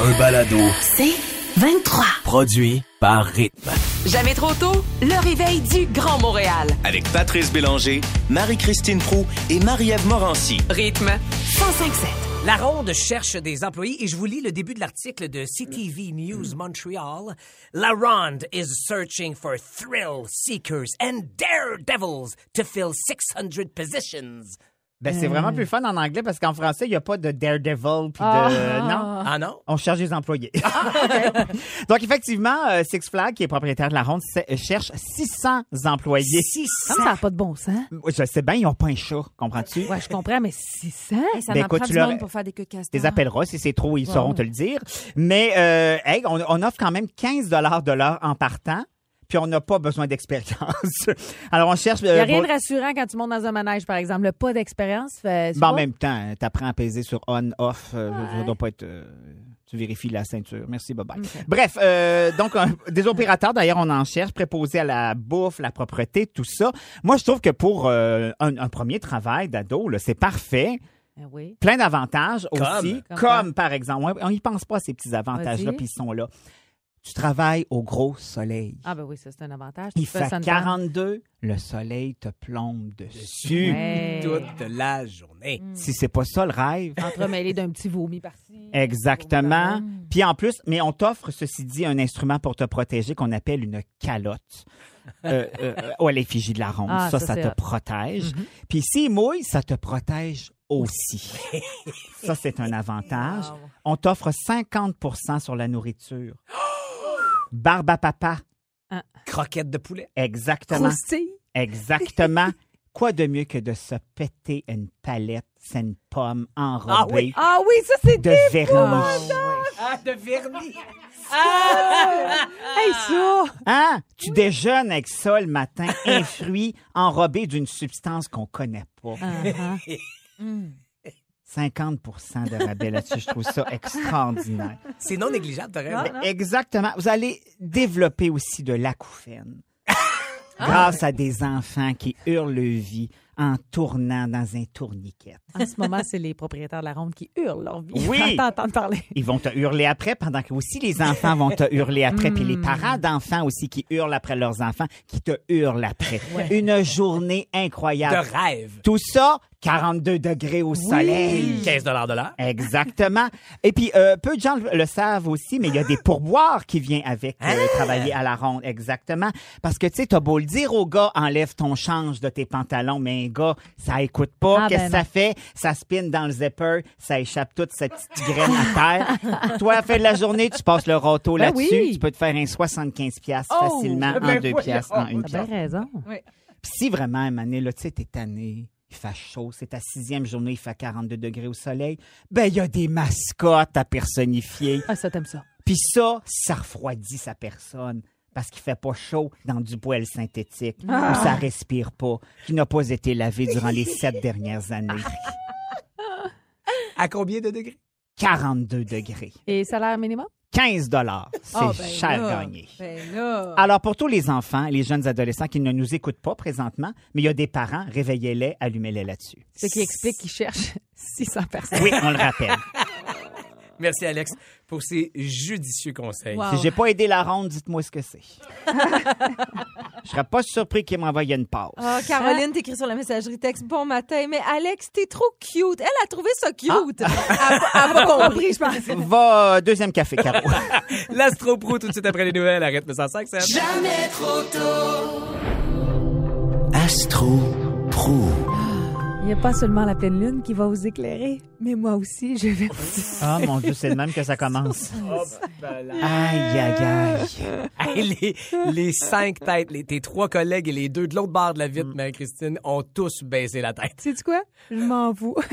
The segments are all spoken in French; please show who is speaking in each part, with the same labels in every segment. Speaker 1: Un balado
Speaker 2: C'est 23.
Speaker 1: produit par Rythme.
Speaker 2: Jamais trop tôt, le réveil du Grand Montréal.
Speaker 3: avec Patrice Bélanger, Marie-Christine Prou et Marie-Ève Morancy.
Speaker 2: Rythme 1057.
Speaker 4: La ronde cherche des employés et je vous lis le début de l'article de CTV News Montreal. La ronde is searching for thrill seekers and daredevils to fill 600 positions.
Speaker 5: Ben, c'est vraiment plus fun en anglais parce qu'en français, il n'y a pas de daredevil puis de. Non.
Speaker 4: Ah non?
Speaker 5: On cherche des employés.
Speaker 6: Ah,
Speaker 5: Donc, effectivement, euh, Six Flags, qui est propriétaire de la ronde, se- cherche 600 employés.
Speaker 4: 600.
Speaker 6: Comme ça n'a pas de bon sens.
Speaker 5: Je sais bien, ils n'ont pas un chat, comprends-tu?
Speaker 6: Ouais, je comprends, mais 600?
Speaker 7: Hey, ça
Speaker 5: Ben,
Speaker 7: en
Speaker 5: écoute,
Speaker 7: prend
Speaker 5: tu
Speaker 7: du
Speaker 5: leur-
Speaker 7: monde pour faire des queues de
Speaker 5: Tu
Speaker 7: castor.
Speaker 5: les
Speaker 6: Ah.
Speaker 5: appelleras si c'est trop, ils
Speaker 6: Wow.
Speaker 5: sauront te le dire. Mais euh, hey, on, on offre quand même 15 dollars de l'heure en partant, puis on n'a pas besoin d'expérience. Alors on cherche.
Speaker 6: Il n'y
Speaker 5: euh,
Speaker 6: a rien
Speaker 5: pour-
Speaker 6: de rassurant quand tu montes dans un manège, par exemple. Le pas d'expérience fait. c'est
Speaker 5: Ben, en
Speaker 6: pas-
Speaker 5: même temps, t'apprends à peser sur on, off. euh, Ça doit pas être. euh, tu vérifies la ceinture. Merci, bye bye. Bref, euh, donc, un- des opérateurs, d'ailleurs, on en cherche, préposés à la bouffe, la propreté, tout ça. Moi, je trouve que pour euh, un, un premier travail d'ado, là, c'est parfait.
Speaker 6: Ben oui.
Speaker 5: Plein d'avantages aussi.
Speaker 6: Comme
Speaker 5: Comme,
Speaker 6: quoi?
Speaker 5: par exemple, ouais, on n'y pense pas à ces petits avantages-là,
Speaker 6: Vas-y.
Speaker 5: puis ils sont là. Tu travailles au gros soleil.
Speaker 6: Ah, ben oui, ça, c'est un avantage.
Speaker 5: Il
Speaker 6: Tu fais
Speaker 5: fait
Speaker 6: ça dedans.
Speaker 5: 42, le soleil te plombe dessus.
Speaker 6: Ouais.
Speaker 4: Toute la journée.
Speaker 5: Si c'est pas ça le rêve,
Speaker 6: Entremêlé d'un petit vomi par-ci.
Speaker 5: Exactement.
Speaker 6: Vomi par-là.
Speaker 5: Puis en plus, mais on t'offre, ceci dit, un instrument pour te protéger qu'on appelle une calotte. Euh, euh, euh, oh, à l'effigie de la ronde.
Speaker 6: Ah,
Speaker 5: ça, ça,
Speaker 6: ça, c'est
Speaker 5: te
Speaker 6: hot. Mm-hmm.
Speaker 5: protège. Puis s'il mouille, ça te protège aussi. ça, c'est un avantage.
Speaker 6: Wow.
Speaker 5: On t'offre 50 sur la nourriture. Barbe à papa.
Speaker 4: Croquette de poulet.
Speaker 5: Exactement.
Speaker 6: Croustille.
Speaker 5: Exactement. Quoi de mieux que de se péter une palette, c'est une pomme enrobée
Speaker 6: Ah oui, ça, c'est.
Speaker 5: de vernis?
Speaker 4: Ah, de vernis.
Speaker 6: Ah! Hey, ça!
Speaker 5: Hein? Tu déjeunes avec ça le matin, un fruit enrobé d'une substance qu'on connaît pas.
Speaker 6: Ah, ah.
Speaker 5: 50 de rabais là-dessus, je trouve ça extraordinaire.
Speaker 4: C'est Ah, non négligeable, t'as raison.
Speaker 5: Exactement. Vous allez développer aussi de l'acouphène grâce à des enfants qui hurlent vie en tournant dans un tourniquet.
Speaker 6: En ce moment, c'est les propriétaires de la ronde qui hurlent leur vie.
Speaker 5: Oui.
Speaker 6: T'entends t'entends parler.
Speaker 5: Ils vont te hurler après, pendant que aussi les enfants vont te hurler après, puis les parents d'enfants aussi qui hurlent après leurs enfants, qui te hurlent après. Une journée
Speaker 4: De
Speaker 5: incroyable.
Speaker 4: rêve.
Speaker 5: Tout ça, 42 degrés au soleil.
Speaker 4: 15 de l'heure.
Speaker 5: Exactement. Et puis, euh, peu de gens le, le savent aussi, mais il y a des pourboires qui viennent avec
Speaker 6: Ah!
Speaker 5: euh, travailler à la ronde. Exactement. Parce que, tu sais, t'as beau le dire au gars, enlève ton change de tes pantalons, mais un gars, ça écoute pas.
Speaker 6: Ah, ben
Speaker 5: Qu'est-ce que ça fait? Ça spinne dans le zipper, ça échappe toute cette petite graine à terre. Toi, à la fin de la journée, tu passes le râteau
Speaker 6: Ben
Speaker 5: là-dessus.
Speaker 6: oui.
Speaker 5: Tu peux te faire un 75$ piastres
Speaker 6: Oh,
Speaker 5: facilement en deux piastres, en une
Speaker 6: T'as bien
Speaker 5: piastre.
Speaker 6: raison.
Speaker 5: Puis si vraiment, à un moment donné, là, tu sais, t'es tanné, il fait chaud, c'est ta sixième journée, il fait 42 degrés au soleil, ben, il y a des mascottes à personnifier.
Speaker 6: Ah, ça, t'aimes ça.
Speaker 5: Puis ça, ça refroidit sa personne. Parce qu'il fait pas chaud dans du poêle synthétique,
Speaker 7: Ah!
Speaker 5: où ça respire pas, qui n'a pas été lavé durant les sept dernières années.
Speaker 7: Ah!
Speaker 4: À combien de degrés?
Speaker 5: 42 degrés.
Speaker 6: Et salaire minimum?
Speaker 5: 15 dollars. C'est
Speaker 7: Ah, ben
Speaker 5: cher
Speaker 7: là,
Speaker 5: gagné.
Speaker 7: Ben là.
Speaker 6: Ah,
Speaker 5: Alors, pour tous les enfants, les jeunes adolescents qui ne nous écoutent pas présentement, mais il y a des parents, réveillez-les, allumez-les là-dessus.
Speaker 6: Ce qui explique qu'ils cherchent 600 personnes.
Speaker 5: Oui, on le rappelle.
Speaker 4: Merci, Alex, pour ces judicieux conseils.
Speaker 7: Wow.
Speaker 5: Si j'ai pas aidé la ronde, dites-moi ce que c'est. Je serais pas surpris qu'il m'envoie une passe.
Speaker 7: Ah, Caroline t'écrit sur la messagerie texte Bon matin, mais Alex, t'es trop cute. Elle a trouvé ça cute.
Speaker 5: Ah.
Speaker 7: Elle a- Elle a pas compris, je pense.
Speaker 5: Va, euh, deuxième café, Caro.
Speaker 4: L'astropro tout de suite après les nouvelles. Arrête le 105, ça.
Speaker 3: Astro Pro.
Speaker 6: Il n'y a pas seulement la pleine lune qui va vous éclairer, mais moi aussi, je vais vous...
Speaker 5: Ah, mon Dieu, c'est le même que ça commence.
Speaker 4: ben
Speaker 5: Aïe, aïe, aïe.
Speaker 4: Hey, les, les cinq têtes, les, tes trois collègues et les deux de l'autre barre de la
Speaker 6: Mm.
Speaker 4: vitre, Marie-Christine, ont tous baissé la tête.
Speaker 6: Sais-tu quoi? Je m'en vous.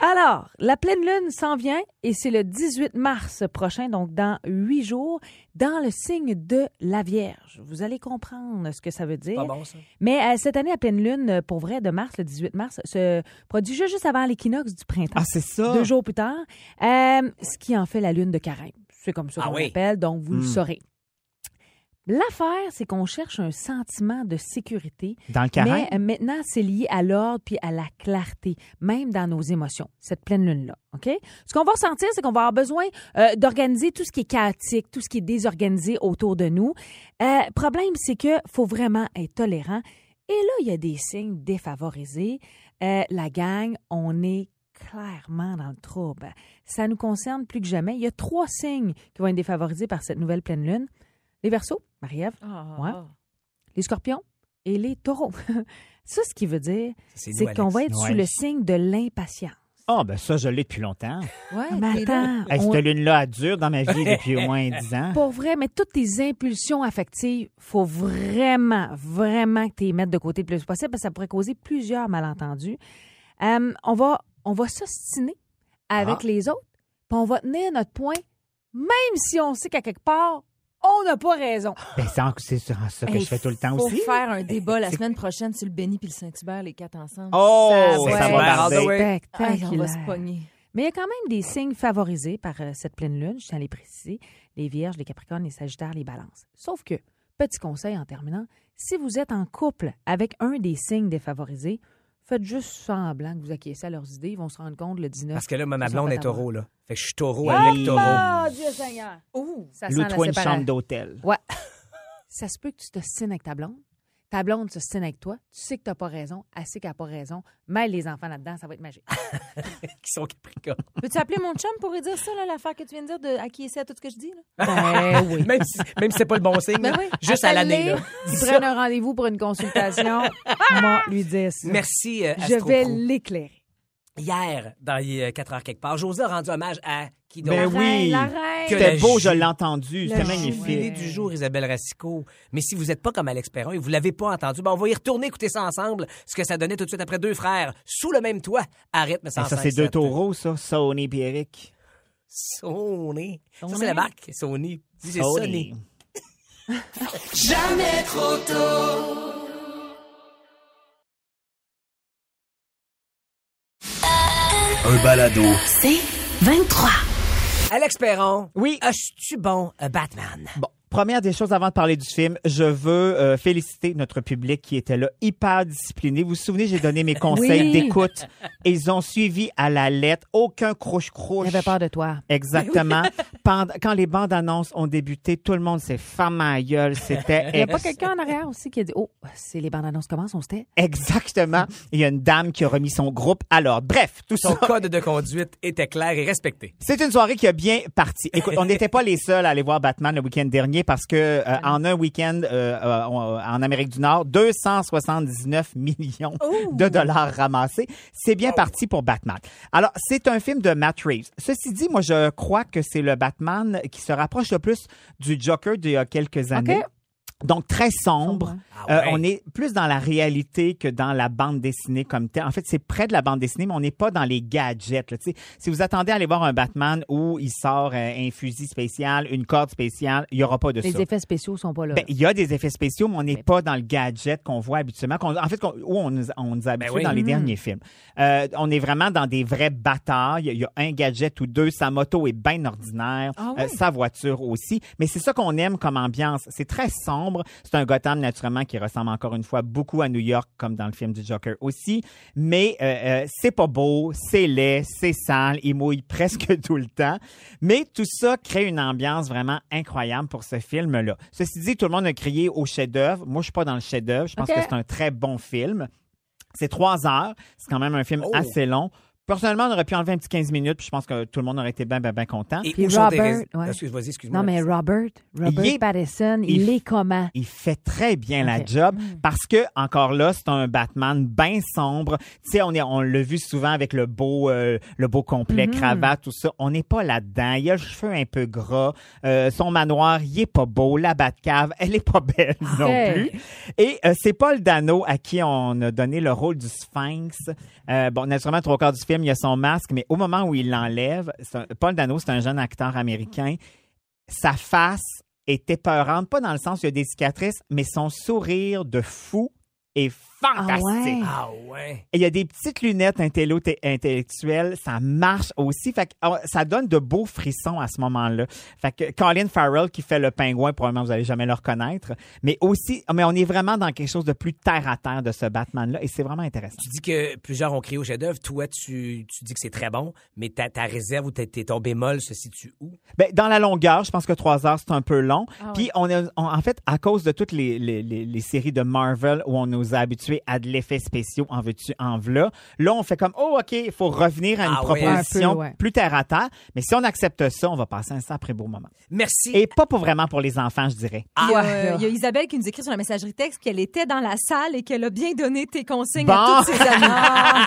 Speaker 6: Alors, la pleine lune s'en vient et c'est le 18 mars prochain, donc dans huit jours, dans le signe de la Vierge. Vous allez comprendre ce que ça veut dire.
Speaker 4: Pas bon, ça?
Speaker 6: Mais euh, cette année, la pleine lune, euh, pour vrai, de mars, le 18 mars, se produit ju- juste avant l'équinoxe du printemps.
Speaker 5: Ah, c'est ça.
Speaker 6: Deux jours plus tard, euh, ce qui en fait la lune de carême. C'est comme ça
Speaker 4: Ah
Speaker 6: qu'on
Speaker 4: oui.
Speaker 6: l'appelle, donc vous le saurez. L'affaire, c'est qu'on cherche un sentiment de sécurité,
Speaker 5: Dans le carême?
Speaker 6: mais euh, maintenant, c'est lié à l'ordre puis à la clarté, même dans nos émotions, cette pleine lune-là. OK? Ce qu'on va ressentir, c'est qu'on va avoir besoin euh, d'organiser tout ce qui est chaotique, tout ce qui est désorganisé autour de nous. Euh, problème, c'est que faut vraiment être tolérant. Et là, il y a des signes défavorisés. Euh, la gang, on est clairement dans le trouble. Ça nous concerne plus que jamais. Il y a trois signes qui vont être défavorisés par cette nouvelle pleine lune. Les Verseaux, Marie-Ève, moi, les Scorpions et les Taureaux. Ça, ce qui veut dire,
Speaker 4: C'est
Speaker 6: c'est
Speaker 4: nous,
Speaker 6: qu'on va
Speaker 4: Alex.
Speaker 6: être
Speaker 5: Ouais.
Speaker 6: sous le signe de l'impatience.
Speaker 5: Ah, ben ça, je l'ai depuis longtemps.
Speaker 7: Ouais,
Speaker 6: Mais
Speaker 7: t'es là.
Speaker 6: attends,
Speaker 5: Hey,
Speaker 6: on-
Speaker 5: cette lune-là a dur dans ma vie depuis au moins 10 ans.
Speaker 6: pour vrai, mais toutes tes impulsions affectives, faut vraiment, vraiment que tu les mettes de côté le plus possible parce que ça pourrait causer plusieurs malentendus. Euh, on va, on va s'ostiner avec
Speaker 4: Ah.
Speaker 6: les autres, puis on va tenir notre point, même si on sait qu'à quelque part, on n'a pas raison.
Speaker 5: Ben, c'est en- c'est sur ça que
Speaker 7: Hey,
Speaker 5: je fais tout le temps
Speaker 7: faut
Speaker 5: aussi.
Speaker 7: faire un débat la semaine prochaine sur le Béni puis le Saint-Hubert, les quatre ensemble.
Speaker 5: Oh,
Speaker 4: Ça
Speaker 5: ça,
Speaker 4: va.
Speaker 5: va barder.
Speaker 4: Ah, ouais.
Speaker 7: Ah, on va se
Speaker 6: Spectaculaire.
Speaker 7: pogner.
Speaker 6: Mais il y a quand même des signes favorisés par euh, cette pleine lune, je tiens à les préciser, les vierges, les capricornes, les sagittaires, les balances. Sauf que, petit conseil en terminant, si vous êtes en couple avec un des signes défavorisés, faites juste semblant que vous acquiescez à leurs idées, ils vont se rendre compte le 19.
Speaker 4: Parce que là, ma ma
Speaker 6: Ils sont
Speaker 4: blonde
Speaker 6: pas
Speaker 4: est
Speaker 6: ta
Speaker 4: taureau, là. Fait que je suis taureau
Speaker 5: Oui.
Speaker 4: avec taureau.
Speaker 6: Oh Dieu Seigneur! Ça sent la
Speaker 5: Loue-toi une
Speaker 6: séparation.
Speaker 5: chambre d'hôtel.
Speaker 6: Ouais. ça se peut que tu te signes avec ta blonde. Ta blonde se signe avec toi. Tu sais que t'as pas raison. Elle sait qu'elle n'a pas raison. Mêle les enfants là-dedans, ça va être magique.
Speaker 4: Qui sont capricornes.
Speaker 7: Peux-tu appeler mon chum pour lui dire ça, là, l'affaire que tu viens de dire, de acquiescer à tout ce que je dis? Là?
Speaker 6: ben oui.
Speaker 4: Même si, même si c'est pas le bon signe,
Speaker 7: Ben
Speaker 4: là.
Speaker 7: oui.
Speaker 4: Eh juste à l'année,
Speaker 6: Appelle-les,
Speaker 4: là.
Speaker 6: Ils prennent un rendez-vous pour une consultation. Moi, lui dire ça.
Speaker 4: Merci, euh,
Speaker 6: Je
Speaker 4: Astro
Speaker 6: vais
Speaker 4: Pro.
Speaker 6: l'éclairer.
Speaker 4: Hier, dans les euh, 4 heures quelque part, José a rendu hommage à qui donc?
Speaker 5: Ben oui.
Speaker 7: La reine!
Speaker 4: Que
Speaker 5: C'était
Speaker 4: le
Speaker 5: beau,
Speaker 4: ju-
Speaker 5: je l'ai entendu. C'était
Speaker 6: le
Speaker 5: magnifique.
Speaker 4: Jubilé Ah du jour, Isabelle Racicot. Mais si vous n'êtes pas comme Alex Perron et vous l'avez pas entendu, ben on va y retourner écouter ça ensemble, ce que ça donnait tout de suite après deux frères, sous le même toit, à rythme
Speaker 5: Ah,
Speaker 4: 105.
Speaker 5: ça, c'est deux taureaux, ça. Sony et Eric.
Speaker 4: Sony. Ça, c'est
Speaker 6: Sony.
Speaker 4: la marque, Sony. Dis, C'est Sony.
Speaker 1: Un balado.
Speaker 2: 23.
Speaker 4: Alex Perron.
Speaker 5: Oui.
Speaker 4: As-tu bon, euh, Batman?
Speaker 5: Bon, première des choses avant de parler du film, je veux euh, féliciter notre public qui était là, hyper discipliné. Vous vous souvenez, j'ai donné mes conseils
Speaker 6: Oui.
Speaker 5: d'écoute. Ils ont suivi à la lettre, aucun crouche-crouche.
Speaker 6: J'avais peur de toi.
Speaker 5: Exactement. Pend- Quand les bandes annonces ont débuté, tout le monde s'est fermé à la gueule. C'était
Speaker 6: Il n'y a pas quelqu'un en arrière aussi qui a dit Oh, c'est les bandes annonces commencent, on se tait.
Speaker 5: exactement. Il y a une dame qui a remis son groupe. Alors, bref, tout
Speaker 4: Son
Speaker 5: ça.
Speaker 4: code de conduite était clair et respecté.
Speaker 5: C'est une soirée qui a bien parti. Écoute, on n'était pas les seuls à aller voir Batman le week-end dernier parce que euh, en un week-end euh, euh, on- euh, en Amérique du Nord, 279 millions de dollars ramassés. C'est bien parti pour Batman. Alors, c'est un film de Matt Reeves. Ceci dit, moi, je crois que c'est le Batman qui se rapproche le plus du Joker d'il y a quelques années. Donc, très sombre.
Speaker 6: Sombre,
Speaker 4: hein. Ah
Speaker 5: Euh,
Speaker 4: ouais.
Speaker 5: on est plus dans la réalité que dans la bande dessinée comme telle. En fait, c'est près de la bande dessinée, mais on n'est pas dans les gadgets. là, tu sais. si vous attendez à aller voir un Batman où il sort euh, un fusil spécial, une corde spéciale, il n'y aura pas de
Speaker 6: Les
Speaker 5: ça.
Speaker 6: effets spéciaux sont pas là.
Speaker 5: Ben, Il y a des effets spéciaux, mais on n'est pas dans le gadget qu'on voit habituellement, qu'on- en fait, qu'on- où on nous, on nous a ben, habitués
Speaker 4: oui.
Speaker 5: dans les derniers films. Euh, on est vraiment dans des vraies batailles. Il y a un gadget ou deux. Sa moto est bien ordinaire.
Speaker 7: Ah
Speaker 5: Euh, sa voiture aussi. Mais c'est ça qu'on aime comme ambiance. C'est très sombre. C'est un Gotham, naturellement, qui ressemble encore une fois beaucoup à New York, comme dans le film du Joker aussi. Mais euh, euh, c'est pas beau, c'est laid, c'est sale. Il mouille presque tout le temps. Mais tout ça crée une ambiance vraiment incroyable pour ce film-là. Ceci dit, tout le monde a crié au chef-d'œuvre. Moi, je suis pas dans le chef-d'œuvre. Je pense
Speaker 6: Ok.
Speaker 5: que c'est un très bon film. C'est trois heures. C'est quand même un film
Speaker 4: Oh.
Speaker 5: assez long. Personnellement, on aurait pu enlever un petit 15 minutes, puis je pense que tout le monde aurait été bien, bien, bien content.
Speaker 4: Et
Speaker 6: Ah, Puis
Speaker 4: où sont tes
Speaker 6: Robert,
Speaker 4: rais-
Speaker 6: ouais.
Speaker 4: Excuse, vas-y, excuse-moi.
Speaker 6: non, mais Robert, Robert
Speaker 5: Il est-
Speaker 6: Pattinson, il,
Speaker 5: il-
Speaker 6: est comment?
Speaker 5: Il fait très bien la
Speaker 6: Hein? Ok.
Speaker 5: job parce que encore là, c'est un Batman bien sombre. Tu sais, on est, on l'a vu souvent avec le beau, euh, le beau complet, cravate, tout ça. On n'est pas là-dedans. Il a le cheveu un peu gras. Euh, son manoir, il est pas beau. La Batcave, elle est pas belle non plus. Et euh, c'est Paul Dano à qui on a donné le rôle du Sphinx. Euh, bon, naturellement, trois quarts du film, il y a son masque, mais au moment où il l'enlève, c'est un- Paul Dano, c'est un jeune acteur américain sa face est épeurante, pas dans le sens où il y a des cicatrices, mais son sourire de fou est fantastique.
Speaker 6: Ah ouais.
Speaker 4: Ah ouais.
Speaker 5: Et Il y a des petites lunettes intello- t- intellectuelles, ça marche aussi. Fait que, oh, ça donne de beaux frissons à ce moment-là. Fait que Colin Farrell qui fait le pingouin, probablement vous allez jamais le reconnaître, mais aussi, mais on est vraiment dans quelque chose de plus terre à terre de ce Batman-là, et c'est vraiment intéressant.
Speaker 4: Tu dis que plusieurs ont crié au chef-d'œuvre. Toi, tu, tu dis que c'est très bon, mais ta, ta réserve ou ta- t'es- ton bémol se situe où?
Speaker 5: Ben, dans la longueur, je pense que trois heures, c'est un peu long.
Speaker 6: Ah
Speaker 5: Puis, on a- on- en fait, à cause de toutes les, les, les- les séries de Marvel où on nous a habitués à de l'effet spéciaux, en veux-tu, en v'là, là, on fait comme, oh, OK, il faut revenir à une
Speaker 4: Ah ouais.
Speaker 5: proposition
Speaker 6: Un peu, ouais.
Speaker 5: plus terre à terre. Mais si on accepte ça, on va passer un sacré beau moment.
Speaker 4: Merci.
Speaker 5: Et pas pour vraiment pour les enfants, je dirais.
Speaker 7: Il y, a,
Speaker 6: Ah,
Speaker 7: euh,
Speaker 6: là.
Speaker 7: il y a Isabelle qui nous écrit sur la messagerie texte qu'elle était dans la salle et qu'elle a bien donné tes consignes
Speaker 5: Bon.
Speaker 7: à toutes ses amies.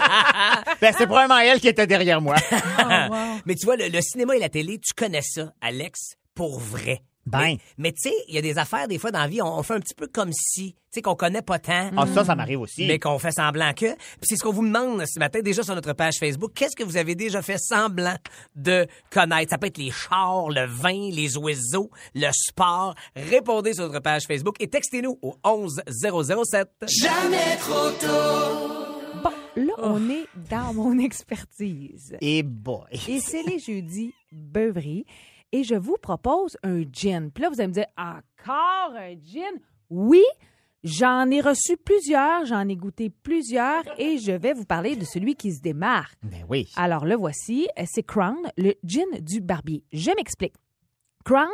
Speaker 5: Ben, c'est probablement elle qui était derrière moi.
Speaker 4: Mais tu vois, le, le cinéma et la télé, tu connais ça, Alex, pour vrai.
Speaker 5: Ben.
Speaker 4: Mais, mais tu sais, il y a des affaires, des fois, dans la vie, on, on fait un petit peu comme si, tu sais, qu'on connaît pas tant.
Speaker 5: Ah, ça, ça m'arrive aussi.
Speaker 4: Mais qu'on fait semblant que. Puis c'est ce qu'on vous demande ce matin déjà sur notre page Facebook. Qu'est-ce que vous avez déjà fait semblant de connaître? Ça peut être les chars, le vin, les oiseaux, le sport. Répondez sur notre page Facebook et textez-nous au 11007.
Speaker 6: Bon, là,
Speaker 5: Oh.
Speaker 6: on est dans mon expertise.
Speaker 5: Et Eh boy.
Speaker 6: Et c'est les jeudis beuveries. Et je vous propose un gin. Puis là, vous allez me dire, encore un gin? Oui, j'en ai reçu plusieurs, j'en ai goûté plusieurs et je vais vous parler de celui qui se démarque.
Speaker 5: Ben oui.
Speaker 6: Alors le voici, c'est Crown, le gin du barbier. Je m'explique. Crown,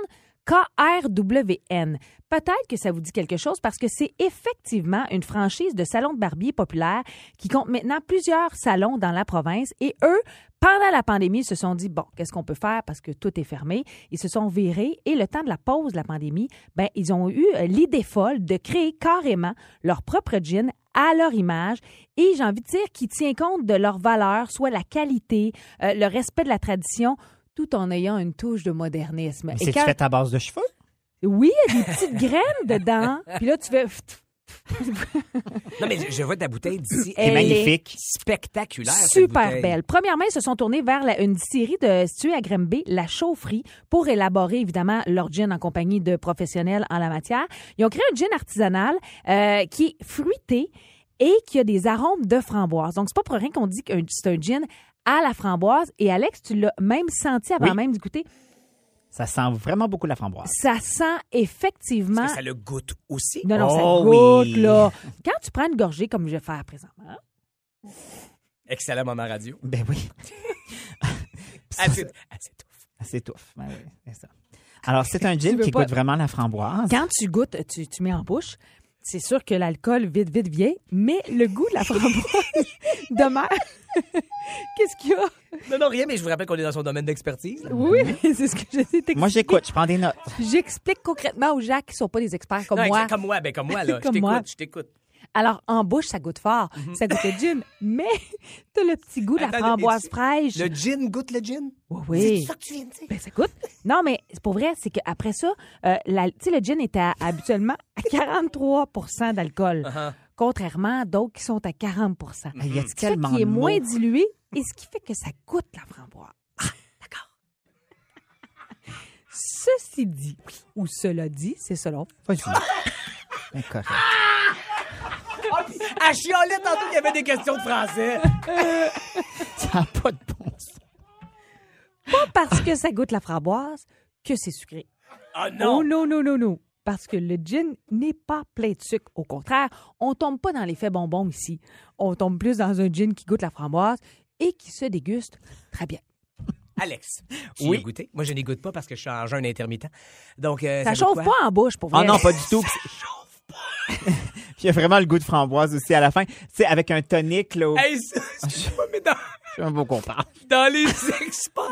Speaker 6: K-R-W-N. Peut-être que ça vous dit quelque chose parce que c'est effectivement une franchise de salons de barbier populaire qui compte maintenant plusieurs salons dans la province et eux, pendant la pandémie, se sont dit, bon, qu'est-ce qu'on peut faire parce que tout est fermé. Ils se sont virés et le temps de la pause de la pandémie, ben, ils ont eu euh, l'idée folle de créer carrément leur propre gin à leur image et j'ai envie de dire qui tient compte de leurs valeurs, soit la qualité, euh, le respect de la tradition, tout en ayant une touche de modernisme. Et
Speaker 5: C'est
Speaker 6: quand-
Speaker 5: fait à base de cheveux?
Speaker 6: oui, il y a des petites graines dedans. Puis là, tu fais.
Speaker 4: Non, mais je, je vois ta bouteille d'ici.
Speaker 5: C'est
Speaker 6: Elle est
Speaker 5: magnifique.
Speaker 4: Spectaculaire. cette
Speaker 6: Super
Speaker 4: bouteille.
Speaker 6: belle. Premièrement, ils se sont tournés vers la- une distillerie de située à Grimby, la chaufferie, pour élaborer évidemment leur gin en compagnie de professionnels en la matière. Ils ont créé un gin artisanal euh, qui est fruité et qui a des arômes de framboise. Donc, c'est pas pour rien qu'on dit que c'est un gin à la framboise. Et Alex, tu l'as même senti avant
Speaker 5: Oui.
Speaker 6: même de goûter.
Speaker 5: Ça sent vraiment beaucoup la framboise.
Speaker 6: Ça sent
Speaker 4: Est-ce
Speaker 6: effectivement.
Speaker 4: que ça le goûte aussi?
Speaker 6: hein? Non, non, ça
Speaker 5: Oh
Speaker 6: goûte,
Speaker 5: oui.
Speaker 6: là. Quand tu prends une gorgée, comme je vais faire présentement,
Speaker 4: Excellent moment radio.
Speaker 5: Ben oui.
Speaker 4: Ah, c'est- ah, c'est tout.
Speaker 5: C'est touffe. Ben oui, c'est ça. Alors, c'est un gin
Speaker 6: veux
Speaker 5: qui
Speaker 6: pas-
Speaker 5: goûte vraiment la framboise.
Speaker 6: quand tu goûtes, tu, tu mets en bouche. C'est sûr que l'alcool vite, vite vient, mais le goût de la framboise demeure. Qu'est-ce qu'il y a?
Speaker 4: Non, non, rien, mais je vous rappelle qu'on est dans son domaine d'expertise. là.
Speaker 6: Oui, mais c'est ce que j'essaie de t'expliquer.
Speaker 5: Moi, j'écoute, je prends des notes.
Speaker 6: J'explique concrètement aux gens qui ne sont pas des experts comme
Speaker 4: Non,
Speaker 6: moi.
Speaker 4: exact, comme moi, ben comme moi, là.
Speaker 6: Comme
Speaker 4: je
Speaker 6: moi.
Speaker 4: t'écoute, je t'écoute.
Speaker 6: Alors, en bouche, ça goûte fort.
Speaker 4: Mhm.
Speaker 6: Ça goûte le gin, mais t'as le petit goût de la
Speaker 4: Attends,
Speaker 6: framboise
Speaker 4: et tu-
Speaker 6: fraîche.
Speaker 4: Le gin goûte le gin?
Speaker 6: Oui, oui. Ben, ça coûte. Non, mais c'est pour vrai, c'est qu'après ça, euh, la- tu sais, le gin est à- habituellement à 43 d'alcool,
Speaker 4: Uh-huh.
Speaker 6: contrairement à d'autres qui sont à 40
Speaker 5: Il y a
Speaker 6: Ce qui fait
Speaker 5: tellement
Speaker 6: qu'il est
Speaker 5: de mots.
Speaker 6: moins dilué et ce qui fait que ça coûte la framboise. Ah, d'accord. Ceci dit, ou cela dit, c'est selon.
Speaker 5: Vas-y. Ben, correct.
Speaker 4: À chialer tantôt qu'il y avait des questions de français.
Speaker 5: Ça n'a pas de bon sens.
Speaker 6: Pas parce que ça goûte la framboise que c'est sucré.
Speaker 4: Oh
Speaker 6: Oh non, non, non, non. Parce que le gin n'est pas plein de sucre. Au contraire, on tombe pas dans l'effet bonbon ici. On tombe plus dans un gin qui goûte la framboise et qui se déguste très bien.
Speaker 4: Alex, tu
Speaker 5: Oui.
Speaker 4: l'as goûté? Moi, je n'y goûte pas parce que je suis en jeûne intermittent. Donc, euh,
Speaker 6: Ça,
Speaker 4: goûte
Speaker 6: chauffe
Speaker 4: quoi?
Speaker 6: pas en bouche, pour
Speaker 5: Ah
Speaker 6: vrai.
Speaker 5: non, pas du tout. Il y a vraiment le goût de framboise aussi à la fin. Tu sais, avec un tonic, là. au-
Speaker 4: Hey, ça, excuse-moi, mais dans,
Speaker 5: C'est un beau qu'on parle.
Speaker 4: dans les experts,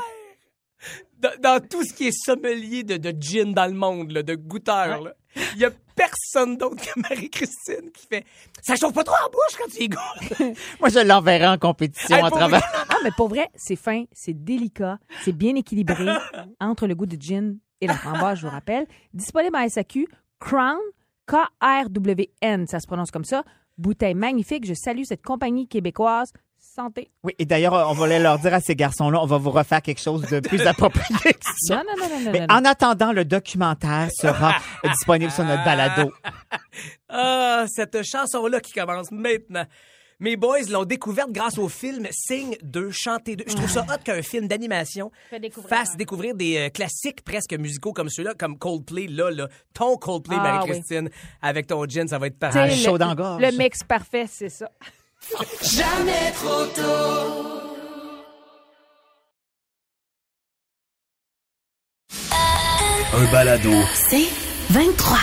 Speaker 4: dans, dans tout ce qui est sommelier de, de gin dans le monde, là, de goûteur, là, il y a personne d'autre que Marie-Christine qui fait « Ça chauffe pas trop en bouche quand tu y goûtes!
Speaker 5: Moi, je l'enverrai en compétition
Speaker 4: Hey,
Speaker 5: à
Speaker 4: pour
Speaker 5: travers.
Speaker 6: Ah, mais pour vrai, c'est fin, c'est délicat, c'est bien équilibré entre le goût du gin et la framboise, je vous rappelle. Disponible à SAQ, Crown, K-R-W-N, ça se prononce comme ça. Bouteille magnifique, je salue cette compagnie québécoise. Santé.
Speaker 5: Oui, et d'ailleurs, on va leur dire à ces garçons-là, on va vous refaire quelque chose de plus approprié que ça.
Speaker 6: Non, non, non, non, non.
Speaker 5: Mais
Speaker 6: non,
Speaker 5: en attendant, le documentaire sera disponible sur notre balado.
Speaker 4: Ah, cette chanson-là qui commence maintenant. Mes boys l'ont découverte grâce au film Signe 2, Chanter 2. Je trouve ça hot qu'un film d'animation
Speaker 6: Fait découvrir.
Speaker 4: fasse découvrir des euh, classiques presque musicaux comme ceux-là, comme Coldplay, là, là. Ton Coldplay,
Speaker 6: Ah,
Speaker 4: Marie-Christine, avec ton gin, ça va être
Speaker 6: Tu sais,
Speaker 4: parfait.
Speaker 5: Ah,
Speaker 6: le-
Speaker 5: chaud dans la gorge.
Speaker 6: Le mix parfait, c'est ça.
Speaker 1: un balado,
Speaker 2: C'est 23.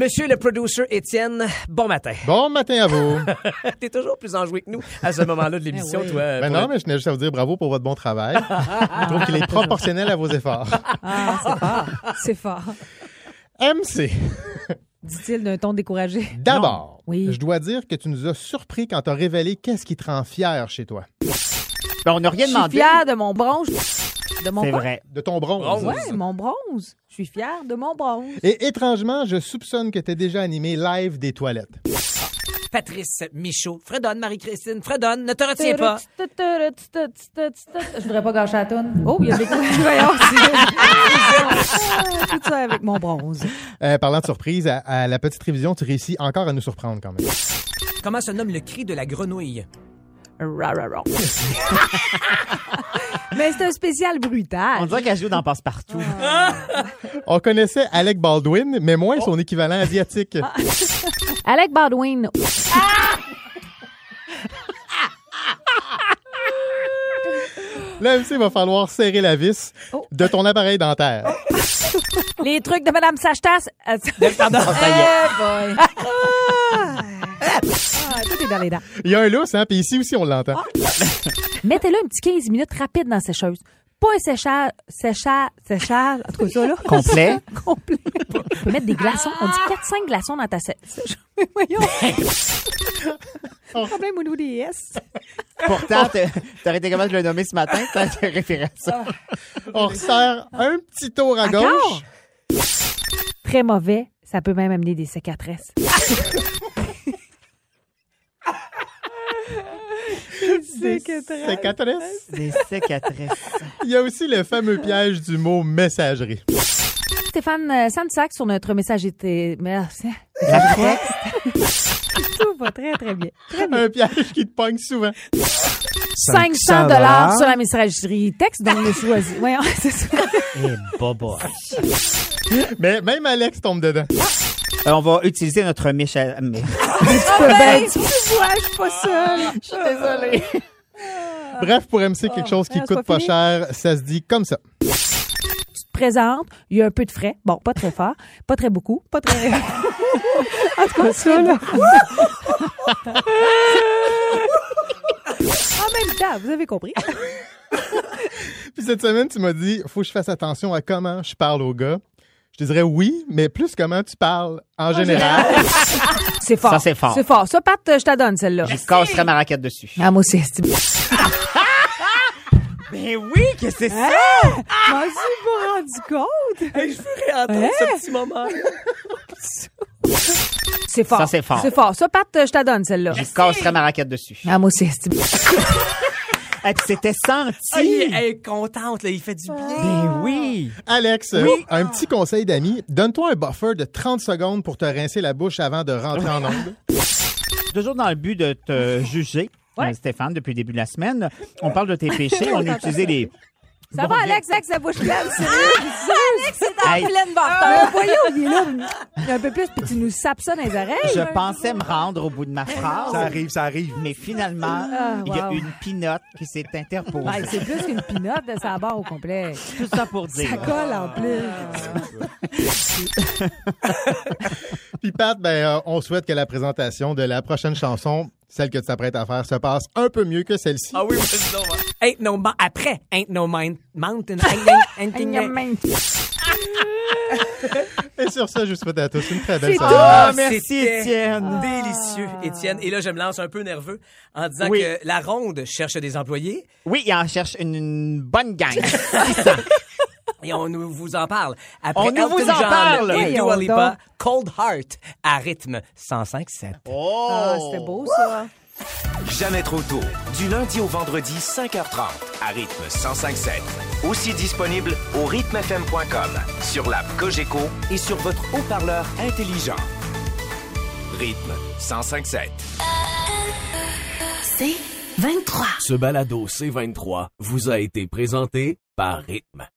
Speaker 4: Monsieur le producer Étienne, bon matin.
Speaker 8: Bon matin à vous.
Speaker 4: T'es toujours plus enjoué que nous à ce moment-là de l'émission, toi. euh,
Speaker 8: Ben
Speaker 4: pour
Speaker 8: non, mais je tenais juste à vous dire bravo pour votre bon travail. je trouve qu'il est proportionnel à vos efforts.
Speaker 6: C'est fort.
Speaker 8: MC,
Speaker 6: Dit-il d'un ton découragé.
Speaker 8: d'abord,
Speaker 6: Oui.
Speaker 8: je dois dire que tu nous as surpris quand tu as révélé qu'est-ce qui te rend fier chez toi.
Speaker 5: Ben, on n'a rien
Speaker 6: Je suis
Speaker 5: demandé.
Speaker 6: fière de mon bronze. De mon
Speaker 5: C'est
Speaker 6: quoi?
Speaker 5: vrai.
Speaker 8: De ton bronze.
Speaker 4: Bronze.
Speaker 6: Ouais, mon bronze. Je suis fière de mon bronze.
Speaker 8: Et étrangement, je soupçonne que tu déjà animé live des toilettes.
Speaker 4: Patrice Michaud. Fredonne, Marie-Christine, Fredonne, ne te retiens pas.
Speaker 6: Je voudrais pas gâcher la toune. Oh, il y a des coups. Voyons, c'est- Tout ça avec mon bronze.
Speaker 8: Euh, parlant de surprise, à, à la petite révision, tu réussis encore à nous surprendre quand même.
Speaker 4: Comment se nomme le cri de la grenouille?
Speaker 6: Ra, ra, ra. Mais c'est un spécial brutal.
Speaker 5: On dirait qu'elle joue dans Passe-Partout.
Speaker 8: On connaissait Alec Baldwin, mais moins son équivalent asiatique.
Speaker 6: Alec Baldwin.
Speaker 8: Là, MC, va falloir serrer la vis de ton appareil dentaire.
Speaker 6: Les trucs de Madame Sachetasse. Euh,
Speaker 4: Pardon.
Speaker 6: Eh, boy. Ah, tout est dans les dents.
Speaker 8: Il y a un lousse, hein, puis ici aussi, on l'entend.
Speaker 6: Mettez-le un petit 15 minutes rapide dans la sécheuse. Pas un séchage, séchage, séchage, en tout cas ça, là.
Speaker 5: Complet.
Speaker 6: Complet. On peut mettre des glaçons. On dit 4-5 glaçons dans ta sé- sécheuse. Mais Voyons. problème au niveau des S.
Speaker 5: Pourtant, t'as- t'aurais été capable de le nommer ce matin quand tu référé à ça.
Speaker 8: On resserre un petit tour à
Speaker 6: Encore?
Speaker 8: gauche.
Speaker 6: Très mauvais. Ça peut même amener des cicatrices.
Speaker 8: C'est quatre-laisse.
Speaker 5: Des cicatrices.
Speaker 8: Il y a aussi le fameux piège du mot messagerie.
Speaker 6: Stéphane euh, Sansac sur notre message était... Merci. Tout va très, très bien.
Speaker 8: Un piège qui te pogne souvent.
Speaker 6: 500 dollars sur la messagerie texte dont on est choisi. Voyons, c'est ça.
Speaker 5: Et bobo.
Speaker 8: Mais même Alex tombe dedans.
Speaker 5: Euh, on va utiliser notre Michel. mais-
Speaker 6: Ben, tu vois, je suis pas seule.
Speaker 8: Bref, pour MC, quelque chose qui
Speaker 6: Ah, c'est
Speaker 8: coûte
Speaker 6: pas
Speaker 8: pas
Speaker 6: fini.
Speaker 8: cher, ça se dit comme ça.
Speaker 6: Tu te présentes, il y a un peu de frais. Bon, pas très fort, pas très beaucoup, pas très... en tout cas, ça, là. en même temps, vous avez compris.
Speaker 8: Puis cette semaine, tu m'as dit, faut que je fasse attention à comment je parle aux gars. Je te dirais oui, mais plus comment tu parles en, général.
Speaker 6: C'est fort.
Speaker 5: Ça, c'est fort.
Speaker 6: C'est fort. Ça, Pat, je te donne celle-là.
Speaker 5: Je casserai ma raquette dessus.
Speaker 6: Ah, moi aussi, c'est...
Speaker 5: Mais oui, que c'est ça!
Speaker 6: Je m'en suis Ah, pas rendu compte. Hein?
Speaker 4: je voudrais entendre ce petit moment.
Speaker 6: C'est fort.
Speaker 5: Ça, c'est fort.
Speaker 6: C'est fort. Ça, Pat, je te donne celle-là.
Speaker 5: Je casserai ma raquette dessus.
Speaker 6: Ah, moi aussi, c'est...
Speaker 5: Et puis c'était
Speaker 4: Ah, il est
Speaker 5: senti.
Speaker 4: elle est contente, là, il fait du bien.
Speaker 5: Ben oui.
Speaker 8: Alex, euh, un petit conseil d'ami. Donne-toi un buffer de 30 secondes pour te rincer la bouche avant de rentrer en onde.
Speaker 5: Toujours dans le but de te juger, euh, Stéphane, depuis le début de la semaine. On parle de tes péchés, on a utilisé les.
Speaker 6: Ça va,
Speaker 5: Bon, Ah!
Speaker 6: Alex, avec sa bouche pleine, sérieux? Alex, c'est
Speaker 5: Hey.
Speaker 6: pleine barre. Voyons, il est là. Il est un peu plus, puis tu nous sapes ça dans les oreilles. hein?
Speaker 5: Je pensais me rendre au bout de ma phrase.
Speaker 9: Ça arrive, ça arrive.
Speaker 5: Mais finalement,
Speaker 6: Ah,
Speaker 5: il y a
Speaker 6: wow.
Speaker 5: une pinotte qui s'est interposée.
Speaker 6: Ouais, c'est plus qu'une pinotte de sa barre au complet.
Speaker 5: Tout ça pour dire.
Speaker 6: Ça colle en plus.
Speaker 8: Puis Pat, ben, euh, on souhaite que la présentation de la prochaine chanson, celle que tu t'apprêtes à faire, se passe un peu mieux que celle-ci.
Speaker 4: Ah oui, vas-y donc, hein. Ain't no ma- après, ain't no mind, mountain, ain't, ain't- ain't- ain't- ain't-
Speaker 5: Oh.
Speaker 8: Et sur ça, je vous souhaite à tous une très belle
Speaker 6: C'est
Speaker 8: soirée.
Speaker 5: Ah,
Speaker 4: C'était
Speaker 5: merci, Étienne.
Speaker 4: Délicieux, Étienne. Et là, je me lance un peu nerveux en disant
Speaker 5: Oui.
Speaker 4: que la ronde cherche des employés
Speaker 5: Oui, il en cherche une, une bonne gang.
Speaker 4: et on nous- vous en parle. Après
Speaker 5: On nous
Speaker 4: Elton
Speaker 5: vous en
Speaker 4: John
Speaker 5: parle.
Speaker 4: Et
Speaker 6: Voyons
Speaker 4: Dua Lipa,
Speaker 6: donc.
Speaker 4: Cold Heart à rythme 105.7.
Speaker 6: Ah, c'était beau, ça.
Speaker 3: Jamais trop tôt. Du lundi au vendredi, 5h30, à rythme 1057. Aussi disponible au rythmefm.com, sur l'app Cogeco et sur votre haut-parleur intelligent. Rythme 1057.
Speaker 2: C'est 23.
Speaker 1: Ce balado C23 vous a été présenté par Rythme.